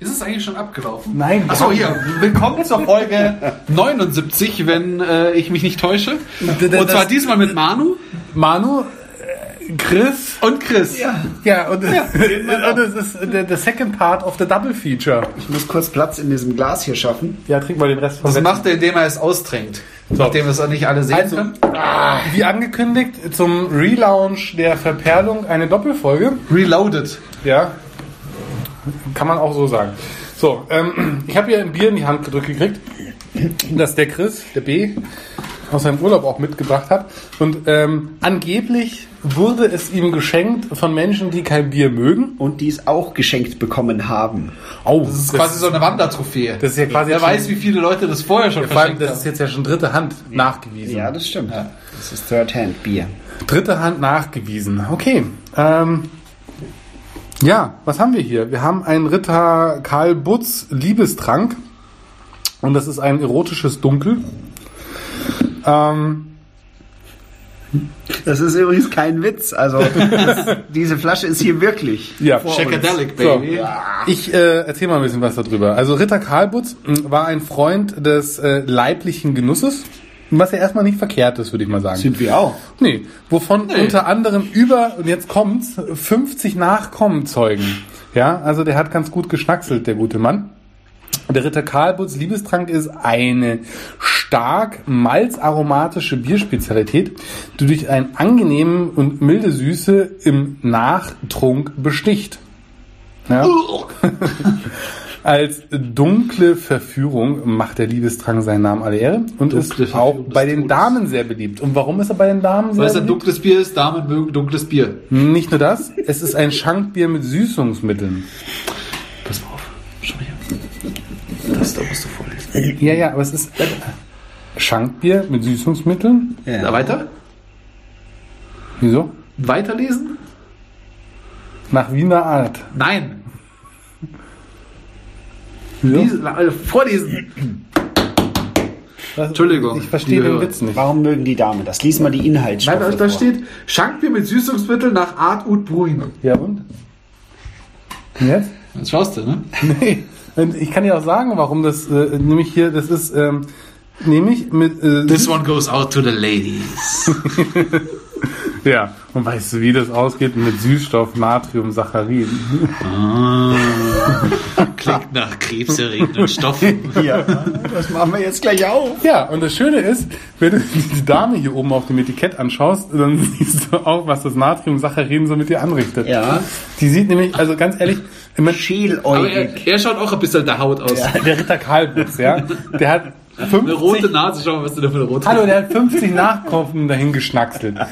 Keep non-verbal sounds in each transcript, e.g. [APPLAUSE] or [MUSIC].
es eigentlich schon abgelaufen? Nein, wir Achso, haben- hier. Willkommen zur Folge 79, wenn äh, ich mich nicht täusche. d- d- Und zwar das- diesmal mit Manu Manu, äh, Chris. und Chris. Ja, und, [LAUGHS] und das ist der der second part of the double feature. Ich muss kurz Platz in diesem Glas hier schaffen. Ja, trink mal den Rest von Das macht er, indem er es austrinkt. Nachdem wir es auch nicht alle sehen Also, können. wie angekündigt, zum Relaunch der Verperlung eine Doppelfolge. Reloaded. Ja, kann man auch so sagen. So, ähm, ich habe hier ein Bier in die Hand gedrückt gekriegt, das der Chris, der B, aus seinem Urlaub auch mitgebracht hat. Und ähm, angeblich wurde es ihm geschenkt von Menschen, die kein Bier mögen. Und die es auch geschenkt bekommen haben. Oh, Das ist quasi so eine Wandertrophäe. das ist ja quasi Wer jetzt schon- weiß, wie viele Leute das vorher schon Vor allem, verschenkt das ist haben. jetzt ja schon dritte Hand nachgewiesen. Ja, das stimmt. Das ist Third-Hand-Bier. Dritte Hand nachgewiesen. Okay. Ähm, ja, was haben wir hier? Wir haben einen Ritter Karl Butz Liebestrank. Und das ist ein erotisches Dunkel. Ähm, Das ist übrigens kein Witz. [LAUGHS] Also, das, diese Flasche ist hier wirklich. ja, Shackadelic, So. Baby. Ich äh, erzähl mal ein bisschen was darüber. Also Ritter Karl Butz mh, war ein Freund des äh, leiblichen Genusses. Was ja erstmal nicht verkehrt ist, würde ich mal sagen. wir auch. Nee, wovon unter anderem über, und jetzt kommt's, 50 Nachkommen zeugen. Ja, also der hat ganz gut geschnackselt, der gute Mann. Der Ritter Karlbutz Liebestrank ist eine stark malzaromatische Bierspezialität, die durch einen angenehmen und milde Süße im Nachtrunk besticht. Ja? Als dunkle Verführung macht der Liebestrang seinen Namen alle Ehre und Dunkle ist auch Verführung des bei den Todes. Damen sehr beliebt. Und warum ist er bei den Damen sehr Weil es ein beliebt? dunkles Bier ist, Damen mögen dunkles Bier. Nicht nur das, es ist ein Schankbier mit Süßungsmitteln. Pass mal auf. Schau mal hier. Das da musst du vorlesen. Ja, ja, aber es ist Schankbier mit Süßungsmitteln. Na, weiter? Wieso? Weiterlesen? Nach Wiener Art. Nein. Wieso? Lesen, äh, vorlesen. Was- Entschuldigung, Ich verstehe liebe den Hörer. Witz nicht. Warum mögen die Damen das? Lies mal die Inhaltsstoffe. Nein, da, da vor. steht Schankbier mit Süßungsmittel nach Art und Bruin. Ja und? Und Jetzt? Jetzt schaust du, ne? Nee. [LAUGHS] Und ich kann dir auch sagen, warum das, äh, nämlich hier, das ist, ähm, nämlich mit, äh, This one goes out to the ladies. ja. Und weißt du, wie das ausgeht? Mit Süßstoff, Natrium, Saccharin. Klingt nach krebserregenden Stoffen. Ja, das machen wir jetzt gleich auf. Ja, und das Schöne ist, wenn du die Dame hier oben auf dem Etikett anschaust, dann [LAUGHS] siehst du auch, was das Natriumsaccharin so mit dir anrichtet. Ja. Die sieht nämlich, also ganz ehrlich, wenn [LAUGHS] man- Aber Schäläugig. er, er schaut auch ein bisschen der Haut aus. der Ritter Karlbutz, ja, der hat Eine rote 50, Nase, schau mal, was du da für eine rote hallo, der hat 50 Nachkommen dahin geschnackselt. Ja,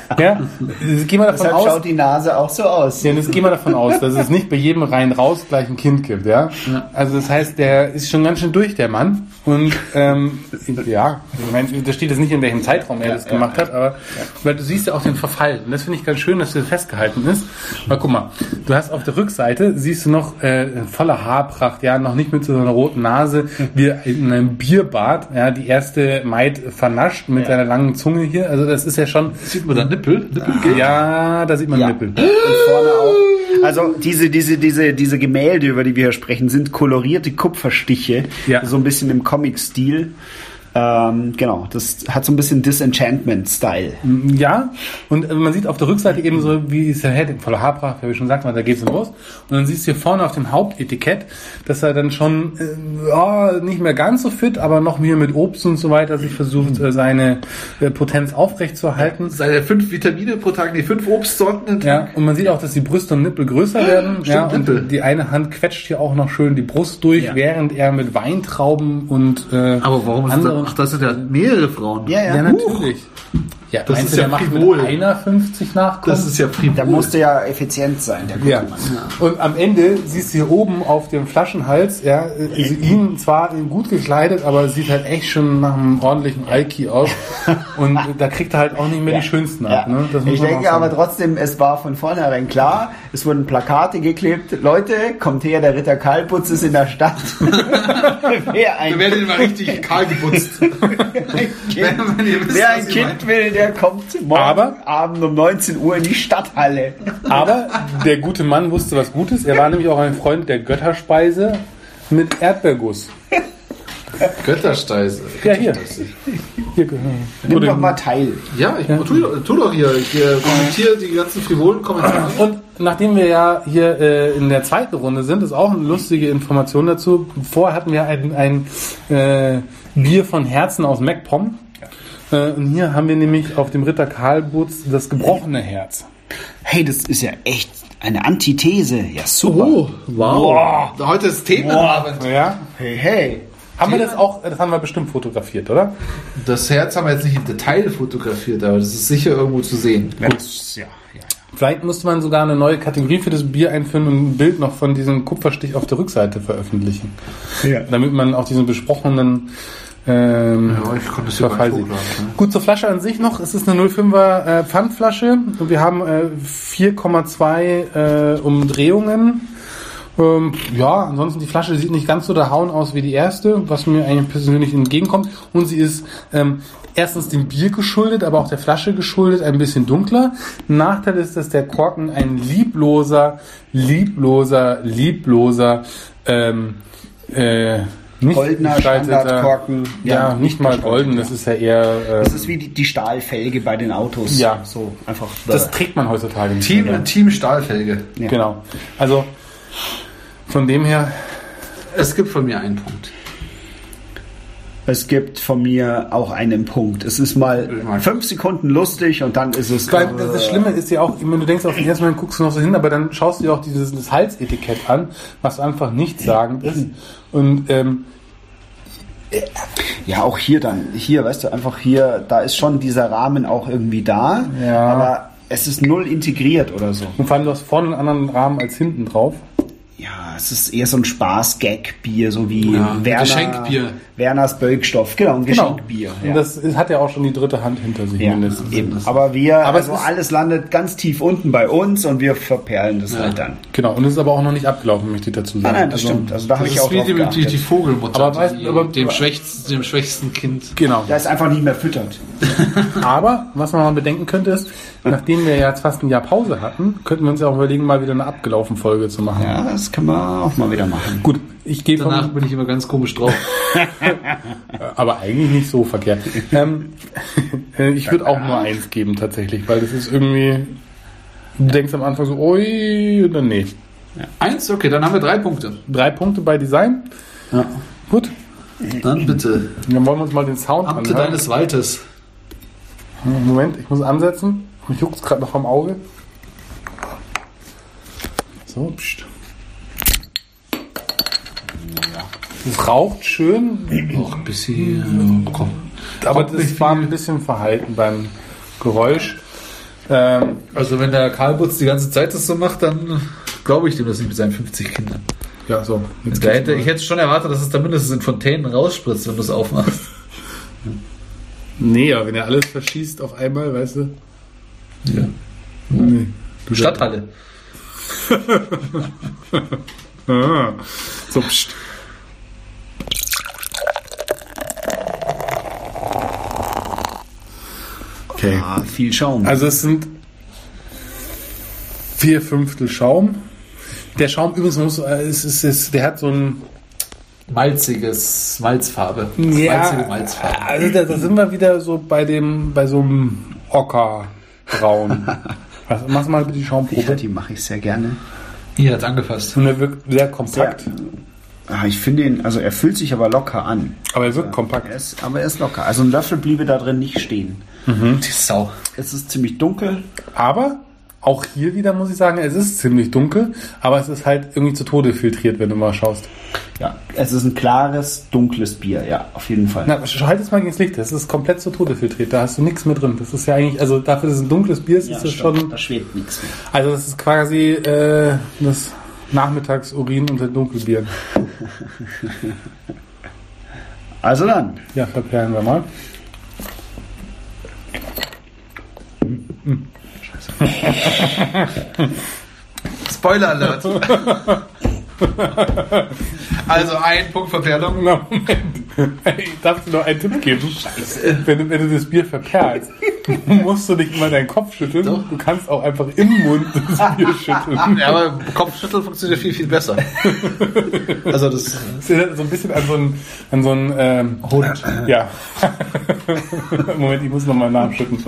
das geh mal davon Deshalb aus, schaut die Nase auch so aus. ja, das geh mal davon aus, dass es nicht bei jedem rein raus gleich ein Kind gibt, ja. Ja. Also das heißt, der ist schon ganz schön durch, der Mann. Und ähm, ja, ich meine, da steht jetzt nicht, in welchem Zeitraum er das gemacht hat, aber weil du siehst ja auch den Verfall. Und das finde ich ganz schön, dass das festgehalten ist. Mal guck mal, du hast auf der Rückseite, siehst du noch äh, voller Haarpracht, ja, noch nicht mit so einer roten Nase, wie in einem Bierbad, ja, die erste Maid vernascht mit seiner langen Zunge hier. Also das ist ja schon, Sieht man da Nippel? Nippel ja, da sieht man Nippel. Und vorne auch. Also diese, diese, diese, diese Gemälde, über die wir hier sprechen, sind kolorierte Kupferstiche, Ja. so ein bisschen im Comic-Stil. Ähm, genau, das hat so ein bisschen Disenchantment-Style. Ja, und äh, man sieht auf der Rückseite eben so, wie es hält, voller Haarpracht, wie ich schon sagte, da geht's dann los. Und dann siehst du hier vorne auf dem Hauptetikett, dass er dann schon äh, ja, nicht mehr ganz so fit, aber noch mehr mit Obst und so weiter sich versucht, äh, seine äh, Potenz aufrechtzuerhalten. Seine fünf Vitamine pro Tag, nee, fünf Obstsorten im Ja, Tag. und man sieht auch, dass die Brüste und Nippel größer werden. ja, und Nippel. die eine Hand quetscht hier auch noch schön die Brust durch, Ja. während er mit Weintrauben und äh, Aber warum ist anderen- das? Ach, das sind ja mehrere Frauen. ja. Ja, natürlich. Ja, Das meinst ist du, ja der macht frivol. mit einer 50 Nachkommen? Das ist ja Da prima. musste ja effizient sein, der gute Ja. Mann. Und am Ende siehst du hier oben auf dem Flaschenhals, ja, äh, ihn zwar in gut gekleidet, aber es sieht halt echt schon nach einem ordentlichen Alki [LAUGHS] aus. Und äh, da kriegt er halt auch nicht mehr die schönsten ab. Ja. Ne? Das muss Ich man denke auch aber sagen. trotzdem, es war von vornherein klar, es wurden Plakate geklebt. Leute, kommt her, der Ritter Karlputz ist in [LAUGHS] der Stadt. Wer ein, Wir werden ihn mal richtig kahl [LAUGHS] geputzt. wenn ihr wisst, Wer was ihr ein Kind will, der kommt morgen Aber- Abend um 19 Uhr in die Stadthalle. aber der gute Mann wusste was Gutes. Er war nämlich auch ein Freund der Götterspeise. mit Erdbeerguss. Göttersteiße. Ja, hier. hier Nimm doch mal teil. Ja, ich tu, tu doch hier. Ich äh, kommentiere die ganzen frivolen Kommentare. Und nachdem wir ja hier äh, in der zweiten Runde sind, ist auch eine lustige Information dazu. Vorher hatten wir ein, ein äh, Bier von Herzen aus MacPom. Äh, und hier haben wir nämlich auf dem Ritter Karlbutz das gebrochene Herz. Hey, das ist ja echt eine Antithese. Ja, super. Oh, wow. Heute ist Themenabend. Ja. Hey, hey. Haben wir das auch, das haben wir bestimmt fotografiert, oder? Das Herz haben wir jetzt nicht im Detail fotografiert, aber das ist sicher irgendwo zu sehen. Das, ja, ja. Vielleicht müsste man sogar eine neue Kategorie für das Bier einführen und ein Bild noch von diesem Kupferstich auf der Rückseite veröffentlichen. Ja. Damit man auch diesen besprochenen ähm, Ja, ich konnte es hier Verfall gar nicht sieht. hochladen, ne? Gut, zur Flasche an sich noch. Es ist eine 05er äh, Pfandflasche und wir haben äh, 4,2 äh, Umdrehungen. Ähm, ja, ansonsten die Flasche sieht nicht ganz so der Hauen aus wie die erste, was mir eigentlich persönlich entgegenkommt. Und sie ist ähm, erstens dem Bier geschuldet, aber auch der Flasche geschuldet, ein bisschen dunkler. Nachteil ist, dass der Korken ein liebloser, liebloser, liebloser ähm, äh, nicht Goldener gestalteter- Standardkorken. Ja, Ja, nicht mal golden, das ist ja eher. Äh, Das ist wie die, die Stahlfelge bei den Autos. Ja. So einfach. das trägt man heutzutage nicht. Team, mehr. Team Stahlfelge. Ja. Genau. Also von dem her Es gibt von mir einen Punkt. es gibt von mir auch einen Punkt. Es ist mal Irgendwann. fünf Sekunden lustig und dann ist es. äh, Vor allem, Äh, das Schlimme ist ja auch, wenn du denkst, auf den ersten Mal guckst du noch so hin, aber dann schaust du dir auch dieses das Halsetikett an, was einfach nichtssagend ist. Und ähm, Ja, auch hier dann. Hier, weißt du, einfach hier, da ist schon dieser Rahmen auch irgendwie da. Ja. Aber es ist null integriert oder so. und vor allem, du hast vorne einen anderen Rahmen als hinten drauf. Ja, es ist eher so ein Spaß-Gag-Bier, so wie Ja, ein Werner, Geschenkbier. Werners Bölkstoff. Genau, ein Geschenkbier. Und das ist, hat ja auch schon die dritte Hand hinter sich Ja, mindestens. eben. Aber wir, Aber es also ist- alles landet ganz tief unten bei uns und wir verperlen das halt dann. Genau, und es ist aber auch noch nicht abgelaufen, möchte ich dazu Nein, sagen. nein, das Also, stimmt. Also da habe Das ich auch ist wie drauf die, die, die geachtet. Vogelmutter, Aber weißt- die, aber- dem, schwächsten, dem schwächsten Kind. Genau. Da ist einfach nicht mehr füttert. Aber was man mal bedenken könnte ist, nachdem wir ja jetzt fast ein Jahr Pause hatten, könnten wir uns ja auch überlegen, mal wieder eine abgelaufen Folge zu machen. Ja, das kann man auch mal wieder machen. Gut, ich gehe von- Danach bin ich immer ganz komisch drauf. Aber eigentlich nicht so verkehrt. ähm, äh, ich würde auch nur eins geben tatsächlich, weil das ist irgendwie. Du denkst am Anfang so, ui, und dann nee. [LAUGHS] Eins, okay, dann haben wir drei Punkte. Drei Punkte bei Design. Ja. Gut, Dann bitte. dann wollen wir uns mal den Sound Amte anhören. deines Waldes. Moment, ich muss ansetzen. Mich juckt es gerade noch am Auge. So, pst. Es raucht schön, Auch ein bisschen. äh, Komm. aber Kommt nicht das war ein bisschen verhalten beim Geräusch. Ähm, Also wenn der Karlbutz die ganze Zeit das so macht, dann glaube ich dem das nicht mit seinen 50 Kindern. ja, so. Jetzt Da hätte, ich hätte schon erwartet, dass es da mindestens in Fontänen rausspritzt, wenn du es aufmachst. Nee, aber wenn er alles verschießt auf einmal, weißt du. Ja. Nee. Stadthalle. Ah. So, pst. Okay. Ah, viel Schaum. Also es sind vier Fünftel Schaum. Der Schaum übrigens muss, äh, es ist, es, der hat so ein Malziges, Malzfarbe. Malzige Malzfarbe. also da, da sind wir wieder so bei dem, bei so einem Ockerbraun. [LAUGHS] Was, machst du mal bitte die ja, Schaumprobe. die mache ich sehr gerne. Ihr hat angefasst. Und er wirkt sehr kompakt. Sehr. Ah, ich finde ihn, also er fühlt sich aber locker an. Aber er wirkt kompakt. Er ist, aber er ist locker. Also ein Löffel bliebe da drin nicht stehen. Hm, Die Sau. Es ist ziemlich dunkel. Aber auch hier wieder muss ich sagen, es ist ziemlich dunkel, aber es ist halt irgendwie zu Tode filtriert, wenn du mal schaust. Ja, es ist ein klares, dunkles Bier. Ja, auf jeden Fall. Na, sch- halt es mal gegen das Licht, das ist komplett zu Tode filtriert, da hast du nichts mehr drin. Das ist ja eigentlich, also dafür, dass es ein dunkles Bier ist, ja, ist es stimmt. schon, da schwebt nichts mehr. also das ist quasi äh, das Nachmittagsurin unter Dunkelbieren. Also dann. Ja, verperlen wir mal. [LAUGHS] Spoiler [LAUGHS] Alert. also ein Punkt Verperlung. Na, Moment. Ich darf dir noch einen Tipp geben. Wenn, du- wenn du das Bier [LAUGHS] verperlst, musst du nicht immer deinen Kopf schütteln. Du kannst auch einfach im Mund das [LAUGHS] Bier schütteln. Ja, aber Kopfschütteln funktioniert viel, viel besser. Also das Das erinnert so ein bisschen an so einen, an so einen ähm, [CLEARS THROAT] Hund. ja. [LAUGHS] Moment, ich muss nochmal nachschütten.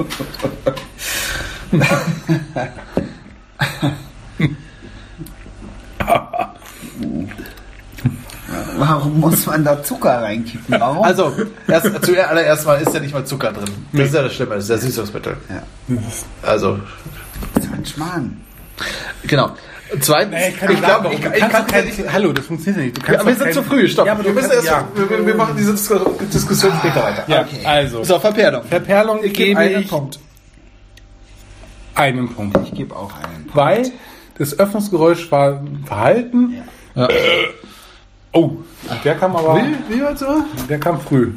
Warum muss man da Zucker reinkippen? Warum? Also, erst, zuallererst mal ist ja nicht mal Zucker drin. Das ist ja das Schlimme, das ist ja Süßungsmittel. Ja. Also, Mann, Schmarrn. genau. Zweitens, Ey, ich glaube, ich, du ich kannst kann doch kein, kein... Hallo, das funktioniert nicht. Du kannst Ja, wir doch sind kein- zu früh, stopp. Ja, aber wir, du müssen kannst, erst, ja. wir, wir machen diese Disku- Diskussion später weiter. Ja, Okay. also, So, Verperlung. Verperlung Ich gebe gebe einen ich- Punkt. einen Punkt. Ich gebe auch einen. Weil das Öffnungsgeräusch war verhalten. Ja. Oh, der kam aber, wie war's so? der kam früh.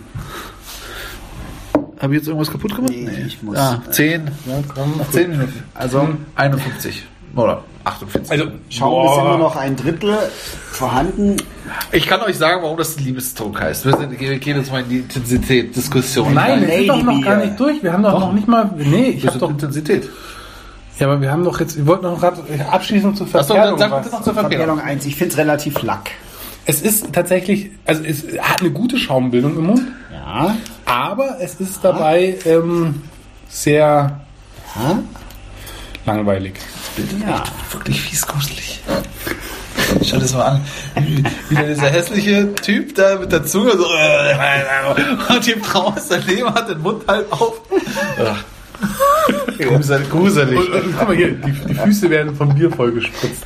Habe ich jetzt irgendwas kaputt gemacht? Nee, ich muss. äh, Ah, 10, Ja, kam früh. 10 Minuten. Also 51 oder 48. Also, Schaum ist immer noch ein Drittel vorhanden. Ich kann euch sagen, warum das Liebesdruck heißt. Wir, sind, wir gehen jetzt mal in die Intensität, Diskussion. Nein, wir sind doch noch Ladybier. gar nicht durch. Wir haben doch, noch nicht mal. Nee, ich hab doch doch. Intensität. Ja, aber wir haben doch jetzt. Wir wollten doch gerade abschließend zur Achso, dann Verperlung. sag was. bitte noch zur Verkehrung. Verkehrung 1. Ich finde es relativ lack. es ist tatsächlich. Also, es hat eine gute Schaumbildung im Mund. Ja. Aber es ist dabei ähm, sehr Ja. langweilig. ja. Wirklich fies gruselig. Schau das mal an. Wie- Wieder dieser hässliche Typ da mit der Zunge so. äh, Und die Frau aus der Leber hat den Mund halb auf. Grusel- Gruselig. äh, guck mal hier, die, die Füße werden vom Bier vollgespritzt.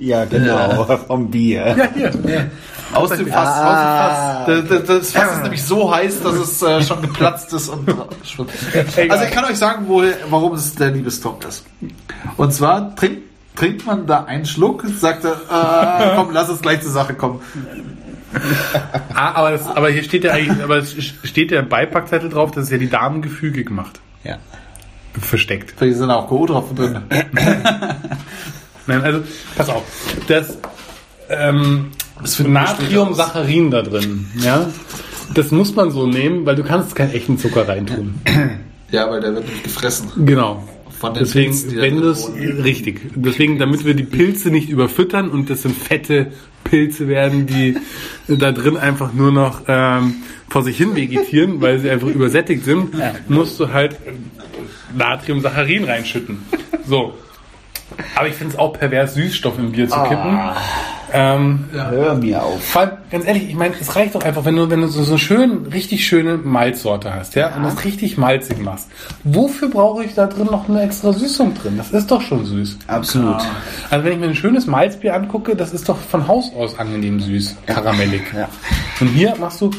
Ja, genau. [LAUGHS] Vom Bier. [LAUGHS] Ja, hier. Aus dem Fass, aus dem Fass. Das, das, das Fass ist nämlich so heiß, dass es äh, schon geplatzt ist [LAUGHS] und Also ich kann euch sagen, wo, warum es der Liebesdruck ist. Und zwar trinkt, trinkt man da einen Schluck, sagt er, äh, [LAUGHS] komm, lass uns gleich zur Sache kommen. Ah, aber, das, aber hier steht ja eigentlich, aber es steht ja im Beipackzettel drauf, dass es ja die Damen gefügig macht. Ja. Versteckt. Vielleicht sind auch Co-Tropfen drin. Nein, also, pass auf. Das, ähm, Das finden wir Natriumsaccharin da drin, ja. Das muss man so nehmen, weil du kannst keinen echten Zucker reintun. Ja, weil der wird nicht gefressen. Genau. Von den Deswegen, Pilzen, die da wenn drin du es wohnen. richtig. Deswegen, damit wir die Pilze nicht überfüttern und das sind fette Pilze werden, die [LAUGHS] da drin einfach nur noch ähm, vor sich hin vegetieren, weil sie einfach übersättigt sind, musst du halt ähm, Natriumsaccharin reinschütten. So. Aber ich finde es auch pervers, Süßstoff im Bier zu kippen. Ähm, Hör mir auf. vor allem, ganz ehrlich, ich meine, es reicht doch einfach, wenn du, wenn du so, so schön, richtig schöne Malzsorte hast, ja, und das richtig malzig machst. Wofür brauche ich da drin noch eine extra Süßung drin? Das ist doch schon süß. Absolut. Also wenn ich mir ein schönes Malzbier angucke, das ist doch von Haus aus angenehm süß, karamellig. Ja. Und hier machst du.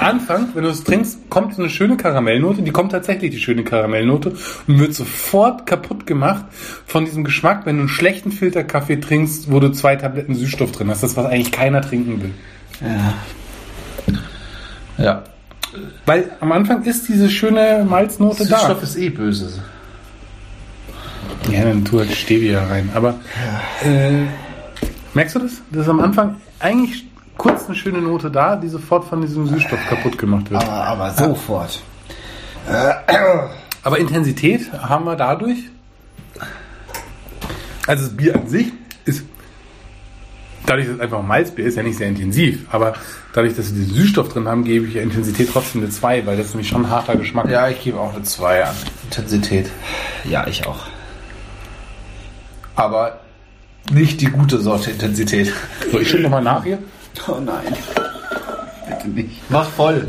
Am Anfang, wenn du es trinkst, kommt so eine schöne Karamellnote. Die kommt tatsächlich, die schöne Karamellnote. Und wird sofort kaputt gemacht von diesem Geschmack, wenn du einen schlechten Filterkaffee trinkst, wo du zwei Tabletten Süßstoff drin hast. Das, was eigentlich keiner trinken will. Ja. Weil am Anfang ist diese schöne Malznote Süßstoff ist eh böse. da. Ja, dann tu halt Stevia rein. Aber äh, merkst du das? Das ist am Anfang eigentlich kurz eine schöne Note da, die sofort von diesem Süßstoff kaputt gemacht wird. Aber, aber sofort. Aber Intensität haben wir dadurch. Also das Bier an sich ist, dadurch, dass es einfach Malzbier ist, ja nicht sehr intensiv. Aber dadurch, dass wir diesen Süßstoff drin haben, gebe ich der Intensität trotzdem eine 2, weil das ist nämlich schon ein harter Geschmack. Ja, ich gebe auch eine 2 an. Intensität. Ja, ich auch. Aber nicht die gute Sorte Intensität. So, ich schicke nochmal nach hier. Oh nein. Bitte nicht. Mach voll.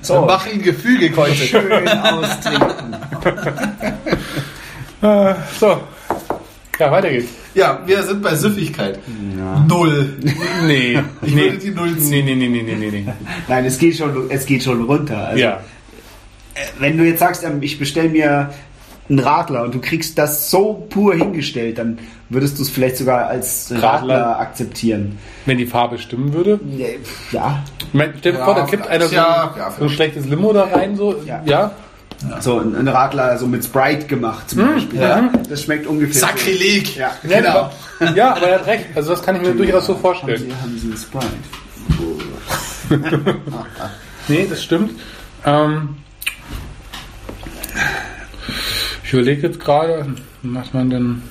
so, mach ihn gefügig heute. Schön austrinken. Äh, so. Ja, weiter geht's. Ja, wir sind bei Süffigkeit. Null. Nee. Ich nee. würde die Null ziehen. Nee, nee, nee, nee, nee, nee, nee. [LAUGHS] Nein, es geht schon, es geht schon runter. Also, Ja. Wenn du jetzt sagst, ähm, ich bestelle mir einen Radler und du kriegst das so pur hingestellt, dann würdest du es vielleicht sogar als Radler, Radler. akzeptieren. Wenn die Farbe stimmen würde. Nee, pf, Ja, Ich meine, stell dir Ja, vor, da kippt einer so, ja, ein, ja. so ein schlechtes Limo da rein, so. Ja. ja. So Also ein ein Radler so mit Sprite gemacht zum Mhm. Beispiel. ja. Das schmeckt ungefähr. so. Sakrileg! Ja, Ja, genau. Hm. aber, ja, aber er hat recht. Also das kann ich mir durchaus so Haben vorstellen. Sie, haben Sie einen Sprite? Nee, das stimmt. Ähm, ich überlege jetzt gerade, was man denn.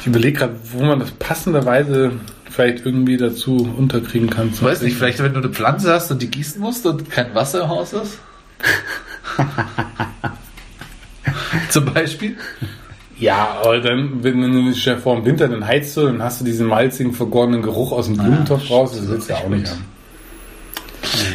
Ich überlege gerade, wo man das passenderweise vielleicht irgendwie dazu unterkriegen kann. Ich weiß nicht, vielleicht wenn du eine Pflanze hast und die gießen musst und kein Wasser im Haus ist? Zum Beispiel? Ja, aber dann, wenn du dich ja vor dem Winter, dann heizt du, dann hast du diesen malzigen, vergorenen Geruch aus dem Blumentopf raus, das willst du ja auch nicht haben.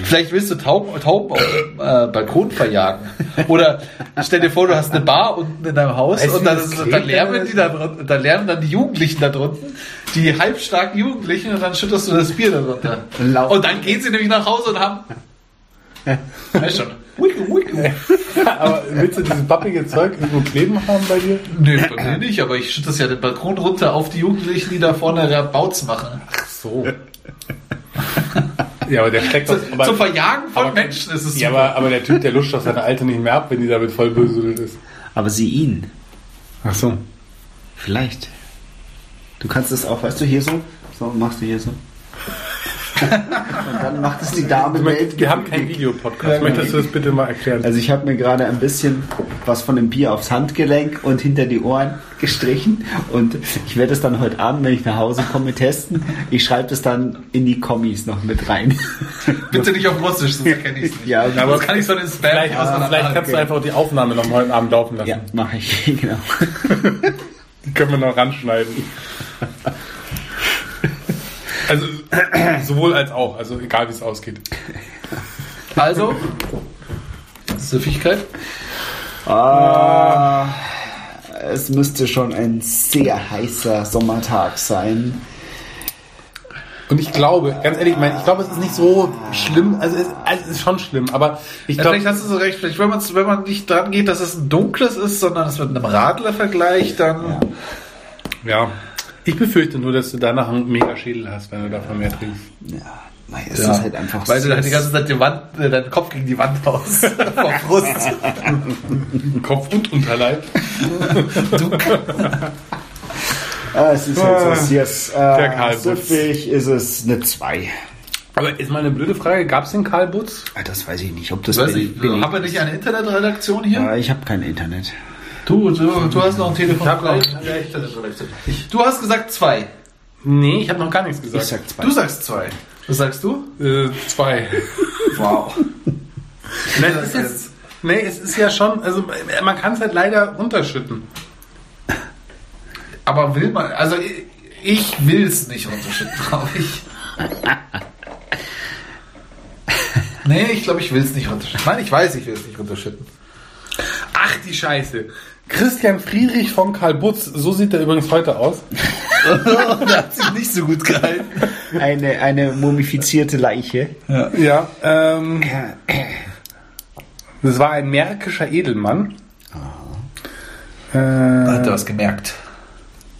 Vielleicht willst du Tauben, Tauben auf dem äh, Balkon verjagen. Oder stell dir vor, du hast eine Bar unten in deinem Haus Weißt du, und dann, das ist, klingt dann, lärmen alles- die da drunten, dann lärmen dann die Jugendlichen da drunten, die halbstarken Jugendlichen und dann schüttest du das Bier da drunter. Lauf. Und dann gehen sie nämlich nach Hause und [LAUGHS] haben... Weißt schon. Wicke, wicke. [LAUGHS] Aber willst du dieses bappige Zeug irgendwo kleben haben bei dir? Nö, bei mir nicht, aber ich schütte das ja den Balkon runter auf die Jugendlichen, die da vorne ja Bautz machen. So. ja, aber der steckt doch- Zum Verjagen von aber- Menschen ist es Ja, super. aber, aber der Typ, der luscht doch seine Alte nicht mehr ab, wenn die damit voll besudelt ist. Aber sie ihn. Ach so. Vielleicht. Du kannst das auch, weißt du, hier so. So, machst du hier [LAUGHS] so. Und dann macht es die Dame mit. Wir haben keinen Videopodcast. Möchtest du das bitte mal erklären? Also ich habe mir gerade ein bisschen was von dem Bier aufs Handgelenk und hinter die Ohren gestrichen und ich werde es dann heute Abend, wenn ich nach Hause komme, testen. Ich schreibe das dann in die Kommis noch mit rein. [LAUGHS] Bitte nicht auf Russisch, sonst erkenne ich es nicht. Ja, sonst aber- kann ich so den Spam vielleicht also aus einer vielleicht kannst anderen- du einfach die Aufnahme noch heute Abend laufen lassen. Ja, mache [LAUGHS] ich, genau. Die können wir noch ranschneiden. Also sowohl als auch, also egal wie es ausgeht. Also, Süffigkeit. Ah, es müsste schon ein sehr heißer Sommertag sein. Und ich glaube, ganz ehrlich, mein, ich glaube, es ist nicht so schlimm. Also es, also es ist schon schlimm, aber ich Ja, glaube, vielleicht hast du so recht. Vielleicht, wenn, man's- wenn man nicht dran geht, dass es ein dunkles ist, sondern es mit einem Radler vergleicht, dann. ja. Ich befürchte nur, dass du danach einen Mega-Schädel hast, wenn du davon mehr trinkst. Ja, mei, es Ja. ist halt einfach Weil du so- halt die ganze Zeit die Wand, äh, deinen Kopf gegen die Wand [LAUGHS] haust. Vor Frust. Kopf und Unterleib. ah, es ist halt so yes, Der äh, Karl Butz. süffig ist es eine 2. Aber ist mal eine blöde Frage, gab es den Karl Butz? Ah, Das weiß ich nicht, ob das Weiß bin- ich, bin ich- haben wir nicht eine Internetredaktion hier? Ah, ich habe kein Internet. Du, du, du hast noch ein Telefon. hab noch- Du hast gesagt zwei. Nee, ich habe noch gar nichts gesagt. Ich sag zwei. Du sagst zwei. Was sagst du? äh, zwei. [LAUGHS] Wow. nee, es ist, nee, es ist ja schon, also man kann es halt leider runterschütten. Aber will man, also ich, ich will es nicht [LAUGHS] unterschütten, glaube ich. Nee, ich glaube, ich will es nicht runterschütten. Nein, ich weiß, ich will es nicht [LAUGHS] runterschütten. Ach die Scheiße. Christian Friedrich von Karl Butz, so sieht er übrigens heute aus. Hat sich nicht so gut gehalten. Eine, eine mumifizierte Leiche. Ja, ähm. Das war ein märkischer Edelmann. Hat Äh, er was gemerkt.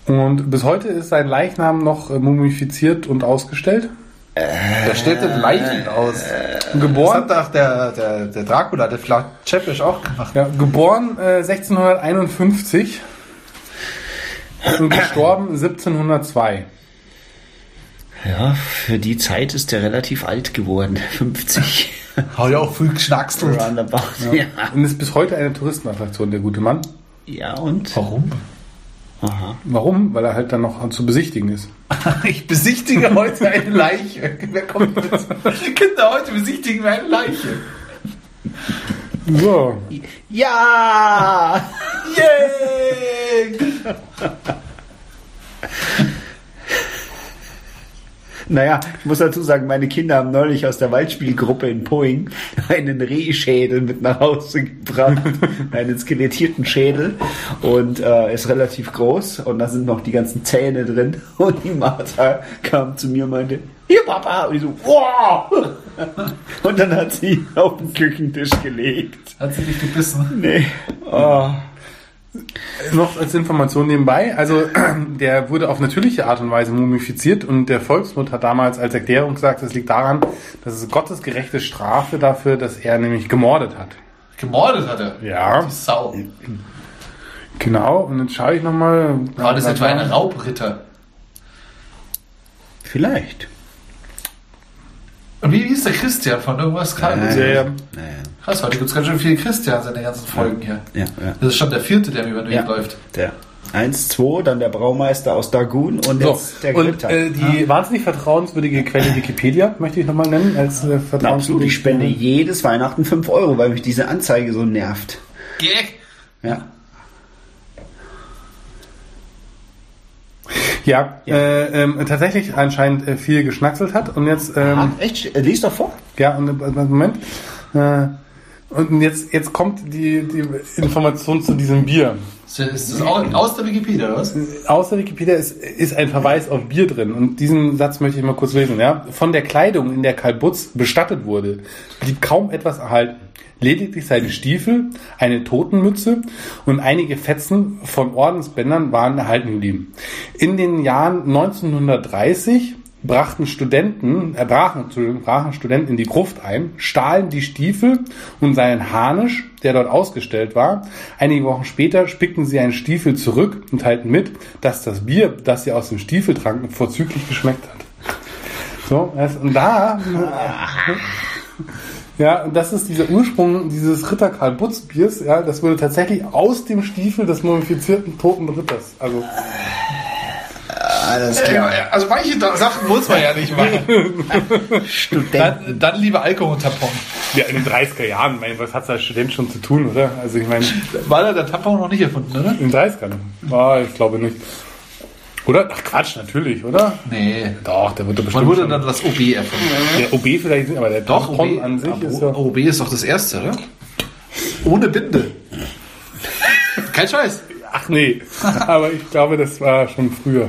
und bis heute ist sein Leichnam noch äh, mumifiziert und ausgestellt. Da stellt er Leichen aus. Das Geboren Äh, hat doch der, der, der Dracula, der Flat Chappisch auch gemacht. Ja, geboren äh, 1651 [COUGHS] und gestorben 1702. Ja, für die Zeit ist der relativ alt geworden. [LAUGHS] 50. Hau ja auch viel geschnackst. Roundabout. Ja. ja. Und ist bis heute eine Touristenattraktion, der gute Mann. und? Warum? Aha. Warum? Weil er halt dann noch zu besichtigen ist. [LAUGHS] Ich besichtige heute eine Leiche. Wer kommt [LAUGHS] mit? Kinder, heute besichtigen wir eine Leiche. So. Ja! Yay! Naja, ich muss dazu sagen, meine Kinder haben neulich aus der Waldspielgruppe in Poing einen Rehschädel mit nach Hause [LAUGHS] gebracht. einen skelettierten Schädel. Und äh, ist relativ groß. Und da sind noch die ganzen Zähne drin. [LAUGHS] Und die Martha kam zu mir und meinte, hier Papa! Und ich so, wow! [LAUGHS] Und dann hat sie auf den Küchentisch gelegt. Hat sie dich gebissen? Nee. Oh. Noch als Information nebenbei, also [CLEARS THROAT] der wurde auf natürliche Art und Weise mumifiziert und der Volksmund hat damals als Erklärung gesagt, es liegt daran, dass es Gottes gerechte Strafe dafür, dass er nämlich gemordet hat. Gemordet hat er. Ja, Die Sau. genau. Und jetzt schaue ich nochmal. War Ah, das etwa ein Raubritter? Vielleicht. Und wie hieß der Christian von irgendwas? Karl? Ja, ja. Naja. Krass, heute gibt es ganz schön viele Christians in den ganzen Folgen hier. Ja, ja. Das ist schon der vierte, der mir über den Weg Ja. läuft. Der 1, 2, dann der Braumeister aus Dagun und So, jetzt der und Gritter. äh, die wahnsinnig vertrauenswürdige Quelle Wikipedia möchte ich nochmal nennen als äh, Na, absolut, vertrauenswürdige ich spende jedes Weihnachten 5 Euro, weil mich diese Anzeige so nervt. Gag! Ja. Ja, Äh, ähm, tatsächlich anscheinend äh, viel geschnackselt hat und jetzt ähm, Ah, echt? Äh, Lies doch vor. Ja, und äh, Moment. Äh, und jetzt, jetzt kommt die, die Information zu diesem Bier. Ist ist das auch aus der Wikipedia, oder Mhm. was? Außer Wikipedia ist, ist ein Verweis auf Bier drin. Und diesen Satz möchte ich mal kurz lesen. Ja? Von der Kleidung, in der Karl Butz bestattet wurde, blieb kaum etwas erhalten. Lediglich seine Stiefel, eine Totenmütze und einige Fetzen von Ordensbändern waren erhalten geblieben. In den Jahren 1930 brachten Studenten, äh, brachen, Entschuldigung, brachen Studenten in die Gruft ein, stahlen die Stiefel und seinen Harnisch, der dort ausgestellt war. Einige Wochen später spickten sie einen Stiefel zurück und teilten mit, dass das Bier, das sie aus dem Stiefel tranken, vorzüglich geschmeckt hat. So, das- und da, [LAUGHS] ja, und das ist dieser Ursprung dieses Ritter Karl Butz Biers, ja, das wurde tatsächlich aus dem Stiefel des mumifizierten toten Ritters, also, Alles Ja, ja, also manche da- Sachen muss man ja nicht machen. [LAUGHS] dann, dann lieber Alkohol-Tampon. ja, in den 30er Jahren, mein, was hat's als Student schon zu tun, oder? Also, ich meine, War da der Tampon noch nicht erfunden, oder? In 30ern? Ah, ich glaube nicht. Oder? Ach Quatsch, natürlich, oder? Nee. Doch, der wird doch Wann bestimmt. wurde schon- dann das OB erfunden? der OB vielleicht, aber der Doch, Ah, Tampon OB, an sich aber ist ja. OB ist doch das erste, oder? Ohne [LAUGHS] Binde. Kein Scheiß. Ach [LAUGHS] nee, aber ich glaube, das war schon früher.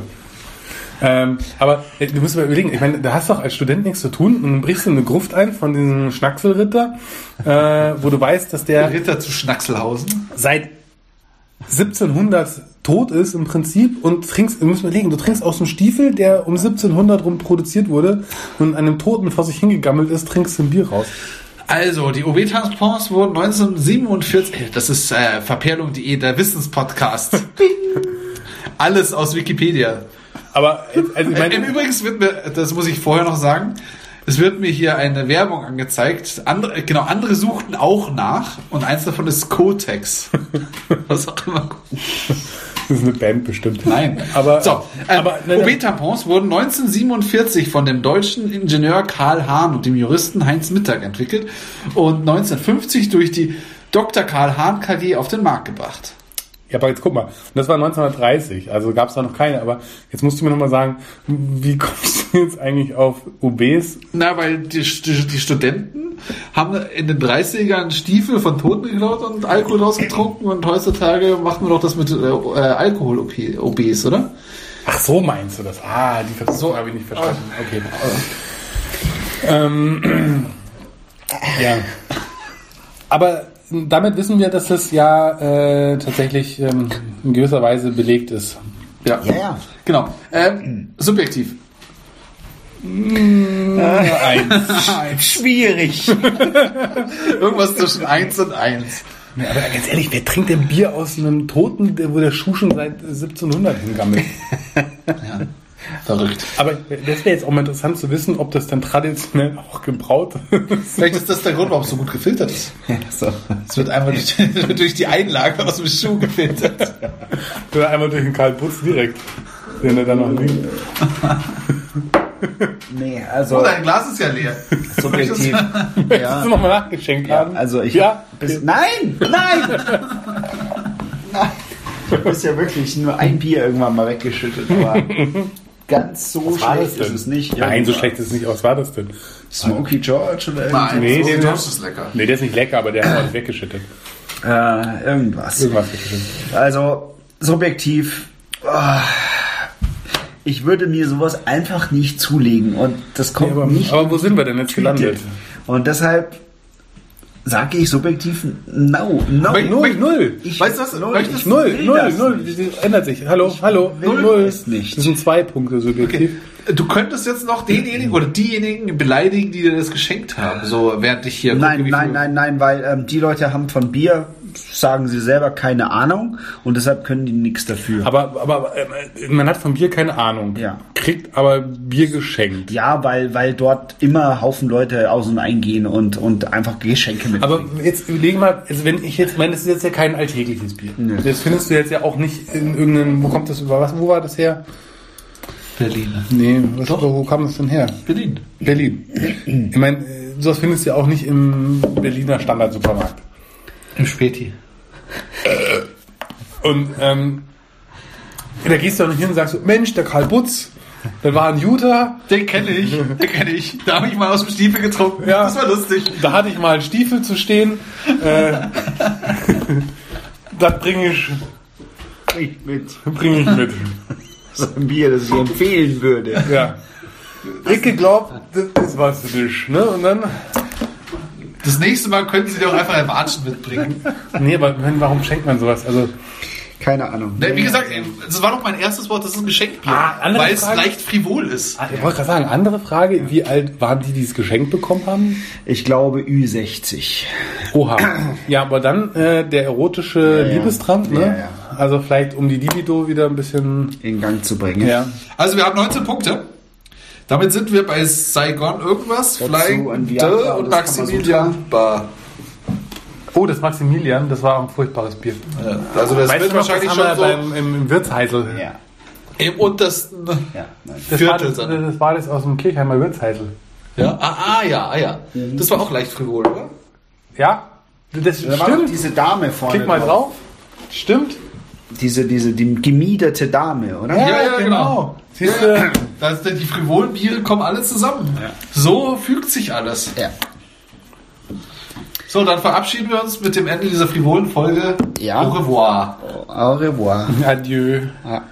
Ähm, aber äh, du musst mal überlegen, ich meine, da hast du doch als Student nichts zu tun und dann brichst du in eine Gruft ein von diesem Schnackselritter, äh, wo du weißt, dass der Ritter zu Schnackselhausen. seit 1700 tot ist im Prinzip und trinkst, wir müssen überlegen, du trinkst aus dem Stiefel, der um 1700 rum produziert wurde und an einem Toten vor sich hingegammelt ist, trinkst du ein Bier raus. Also, die OB-Tampons wurden 1947. Ey, Das ist äh, Verperlung.de, der [LAUGHS] Wissenspodcast. Alles aus Wikipedia. Aber, äh, also Äh, ich Im meine, Übrigen wird mir, das muss ich vorher noch sagen, es wird mir hier eine Werbung angezeigt. Andere, äh, genau, andere suchten auch nach und eins davon ist [LAUGHS] Kotex. Was auch immer. das ist eine Band bestimmt. Nein. Aber, so, äh, aber, nein, nein, OB-Tampons wurden 1947 von dem deutschen Ingenieur Karl Hahn und dem Juristen Heinz Mittag entwickelt und 1950 durch die Dr. Karl Hahn KG auf den Markt gebracht. ja, aber jetzt guck mal, Und das war 1930, also gab es da noch keine, aber jetzt musst du mir nochmal sagen, wie kommst du jetzt eigentlich auf OBs? Na, weil die, die, die Studenten haben in den 30ern Stiefel von Toten geklaut und Alkohol rausgetrunken und heutzutage macht man doch das mit äh, äh, Alkohol-OBs, oder? Ach so meinst du das? Ah, die Ver so habe ich nicht verstanden. Okay. Ähm, ja. Aber damit wissen wir, dass das ja äh, tatsächlich ähm, in gewisser Weise belegt ist. Ja, Ja, ja. genau. Ähm, subjektiv. Schwierig. [LAUGHS] Irgendwas zwischen 1 und 1. Aber ganz ehrlich, wer trinkt denn Bier aus einem Toten, der- wo der Schuh schon seit 1700 [LAUGHS] hingammelt? Verrückt. Aber das wäre jetzt auch mal interessant zu wissen, ob das dann traditionell auch gebraut [LAUGHS] ist. Vielleicht ist das der Grund, warum es so gut gefiltert ist. so. Es wird einfach durch, durch die [LAUGHS] Einlage aus dem Schuh gefiltert. Oder einmal durch den Karl Putz direkt, den er dann noch liegt. Nee, Oh, also dein Glas ist ja leer. subjektiv. Hast du nochmal nachgeschenkt haben? Also ich. Ja. Bis, nein! Nein! nein! Du bist ja wirklich nur ein Bier irgendwann mal weggeschüttet, aber ganz so war das schlecht ist denn? es nicht. Nein, so schlecht ist es nicht. Was war das denn? Smokey George oder irgend- Nein, Nee, so den- Josh ist lecker. Nee, der ist nicht lecker, aber der hat was weggeschüttet. äh, irgendwas. Irgendwas weggeschüttet. Also, subjektiv. ah, Ich würde mir sowas einfach nicht zulegen und das kommt Aber, nicht aber wo sind wir denn jetzt gelandet? Und deshalb sage ich subjektiv no. No. Möcht- Null, möcht- null. Ich- weißt du was? Null, Möchtest- ich- Null, will null, das null. Das ändert sich. Hallo, hallo, will null. es nicht. Das sind zwei Punkte subjektiv. Okay. Du könntest jetzt noch denjenigen oder diejenigen beleidigen, die dir das geschenkt haben, so während ich hier Nein, gucke, wie nein, viel- nein, nein, weil ähm, die Leute haben von Bier, sagen sie selber, keine Ahnung und deshalb können die nichts dafür. Aber, aber äh, man hat von Bier keine Ahnung. Ja. Kriegt aber Bier geschenkt. ja, weil, weil dort immer Haufen Leute aus und eingehen und, und einfach Geschenke mit. Aber jetzt überlegen mal, also wenn ich jetzt, ich meine, das ist jetzt ja kein alltägliches Bier. Das findest du jetzt ja auch nicht in irgendeinem, wo kommt das über was, wo war das her? Berlin. Nee, was, wo kam das denn her? Berlin. Berlin. Ich meine, äh, sowas findest du ja auch nicht im Berliner Standardsupermarkt. Im Späti. Und ähm, da gehst du doch nicht hin und sagst, so, Mensch, der Karl Butz, dann war ein Jutta, Den kenne ich, den kenne ich. Da habe ich mal aus dem Stiefel getrunken. Ja. Das war lustig. da hatte ich mal einen Stiefel zu stehen. Äh, das bringe ich, ich mit bring ich mit. so einem [LAUGHS] Bier, das ich empfehlen würde. Ja. Ich glaub, das, das war's für dich, ne? Und dann. Das nächste Mal können Sie doch einfach ein [LAUGHS] Watschen mitbringen. Nee, aber ich meine, warum schenkt man sowas? Also, Keine Ahnung. Ne, Wie gesagt, ey, das war doch mein erstes Wort, das ist ein Geschenkbier. Ah, andere weil es Frage? leicht frivol ist. ich wollte gerade sagen, andere Frage, wie alt waren die, die es geschenkt bekommen haben? Ich glaube Ü60. Oha. Ja, aber dann äh, der erotische Ja, ja. Liebestrank, ne? Ja, ja. Also vielleicht um die Libido wieder ein bisschen. in Gang zu bringen. Ja. Also wir haben 19 Punkte. Damit sind wir bei Saigon irgendwas, Flying ein D Viagra, und das kann man so Maximilian Bar. Oh, das Maximilian, das war ein furchtbares Bier. Ja, Also das weißt du wird noch, wahrscheinlich das haben schon wir so beim, im, im Wirtsheisel. Ja, im untersten ne? ja. Nein. Das, war, Viertel das, sein. das war das aus dem Kirchheimer Wirtsheisel. Ja? Ah, ah, ja, ah, ja. Mhm. Das war auch leicht frivol, oder? Ja? Das Da war doch stimmt. diese Dame vorne. Klick mal drauf. Stimmt. Diese, diese, die gemiederte Dame, oder? Ja, ja, genau. Siehst du? Da ist, die frivolen Biere kommen alle zusammen. So fügt sich alles. Ja. So, dann verabschieden wir uns mit dem Ende dieser frivolen Folge. Ja. Au revoir. Au revoir. Adieu. Ah.